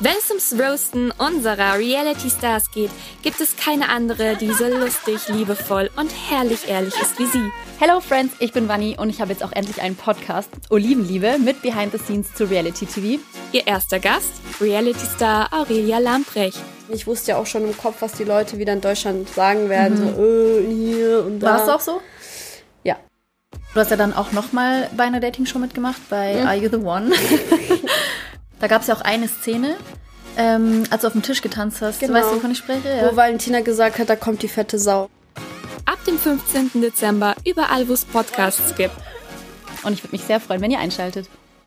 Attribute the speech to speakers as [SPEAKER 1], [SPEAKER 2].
[SPEAKER 1] Wenn es ums Roasten unserer Reality Stars geht, gibt es keine andere, die so lustig, liebevoll und herrlich ehrlich ist wie sie.
[SPEAKER 2] Hello Friends, ich bin Vanni und ich habe jetzt auch endlich einen Podcast, Olivenliebe, mit Behind the Scenes zu Reality TV.
[SPEAKER 1] Ihr erster Gast, Reality Star Aurelia Lamprecht.
[SPEAKER 3] Ich wusste ja auch schon im Kopf, was die Leute wieder in Deutschland sagen werden. So, äh, hier und da.
[SPEAKER 2] War es auch so?
[SPEAKER 3] Ja.
[SPEAKER 2] Du hast ja dann auch nochmal bei einer Dating-Show mitgemacht, bei Are You the One? da gab es ja auch eine Szene, ähm, als du auf dem Tisch getanzt hast.
[SPEAKER 3] Genau.
[SPEAKER 2] Weißt du, wovon ich spreche? Ja.
[SPEAKER 3] Wo Valentina gesagt hat, da kommt die fette Sau.
[SPEAKER 1] Ab dem 15. Dezember überall, wo es Podcasts gibt.
[SPEAKER 2] Und ich würde mich sehr freuen, wenn ihr einschaltet.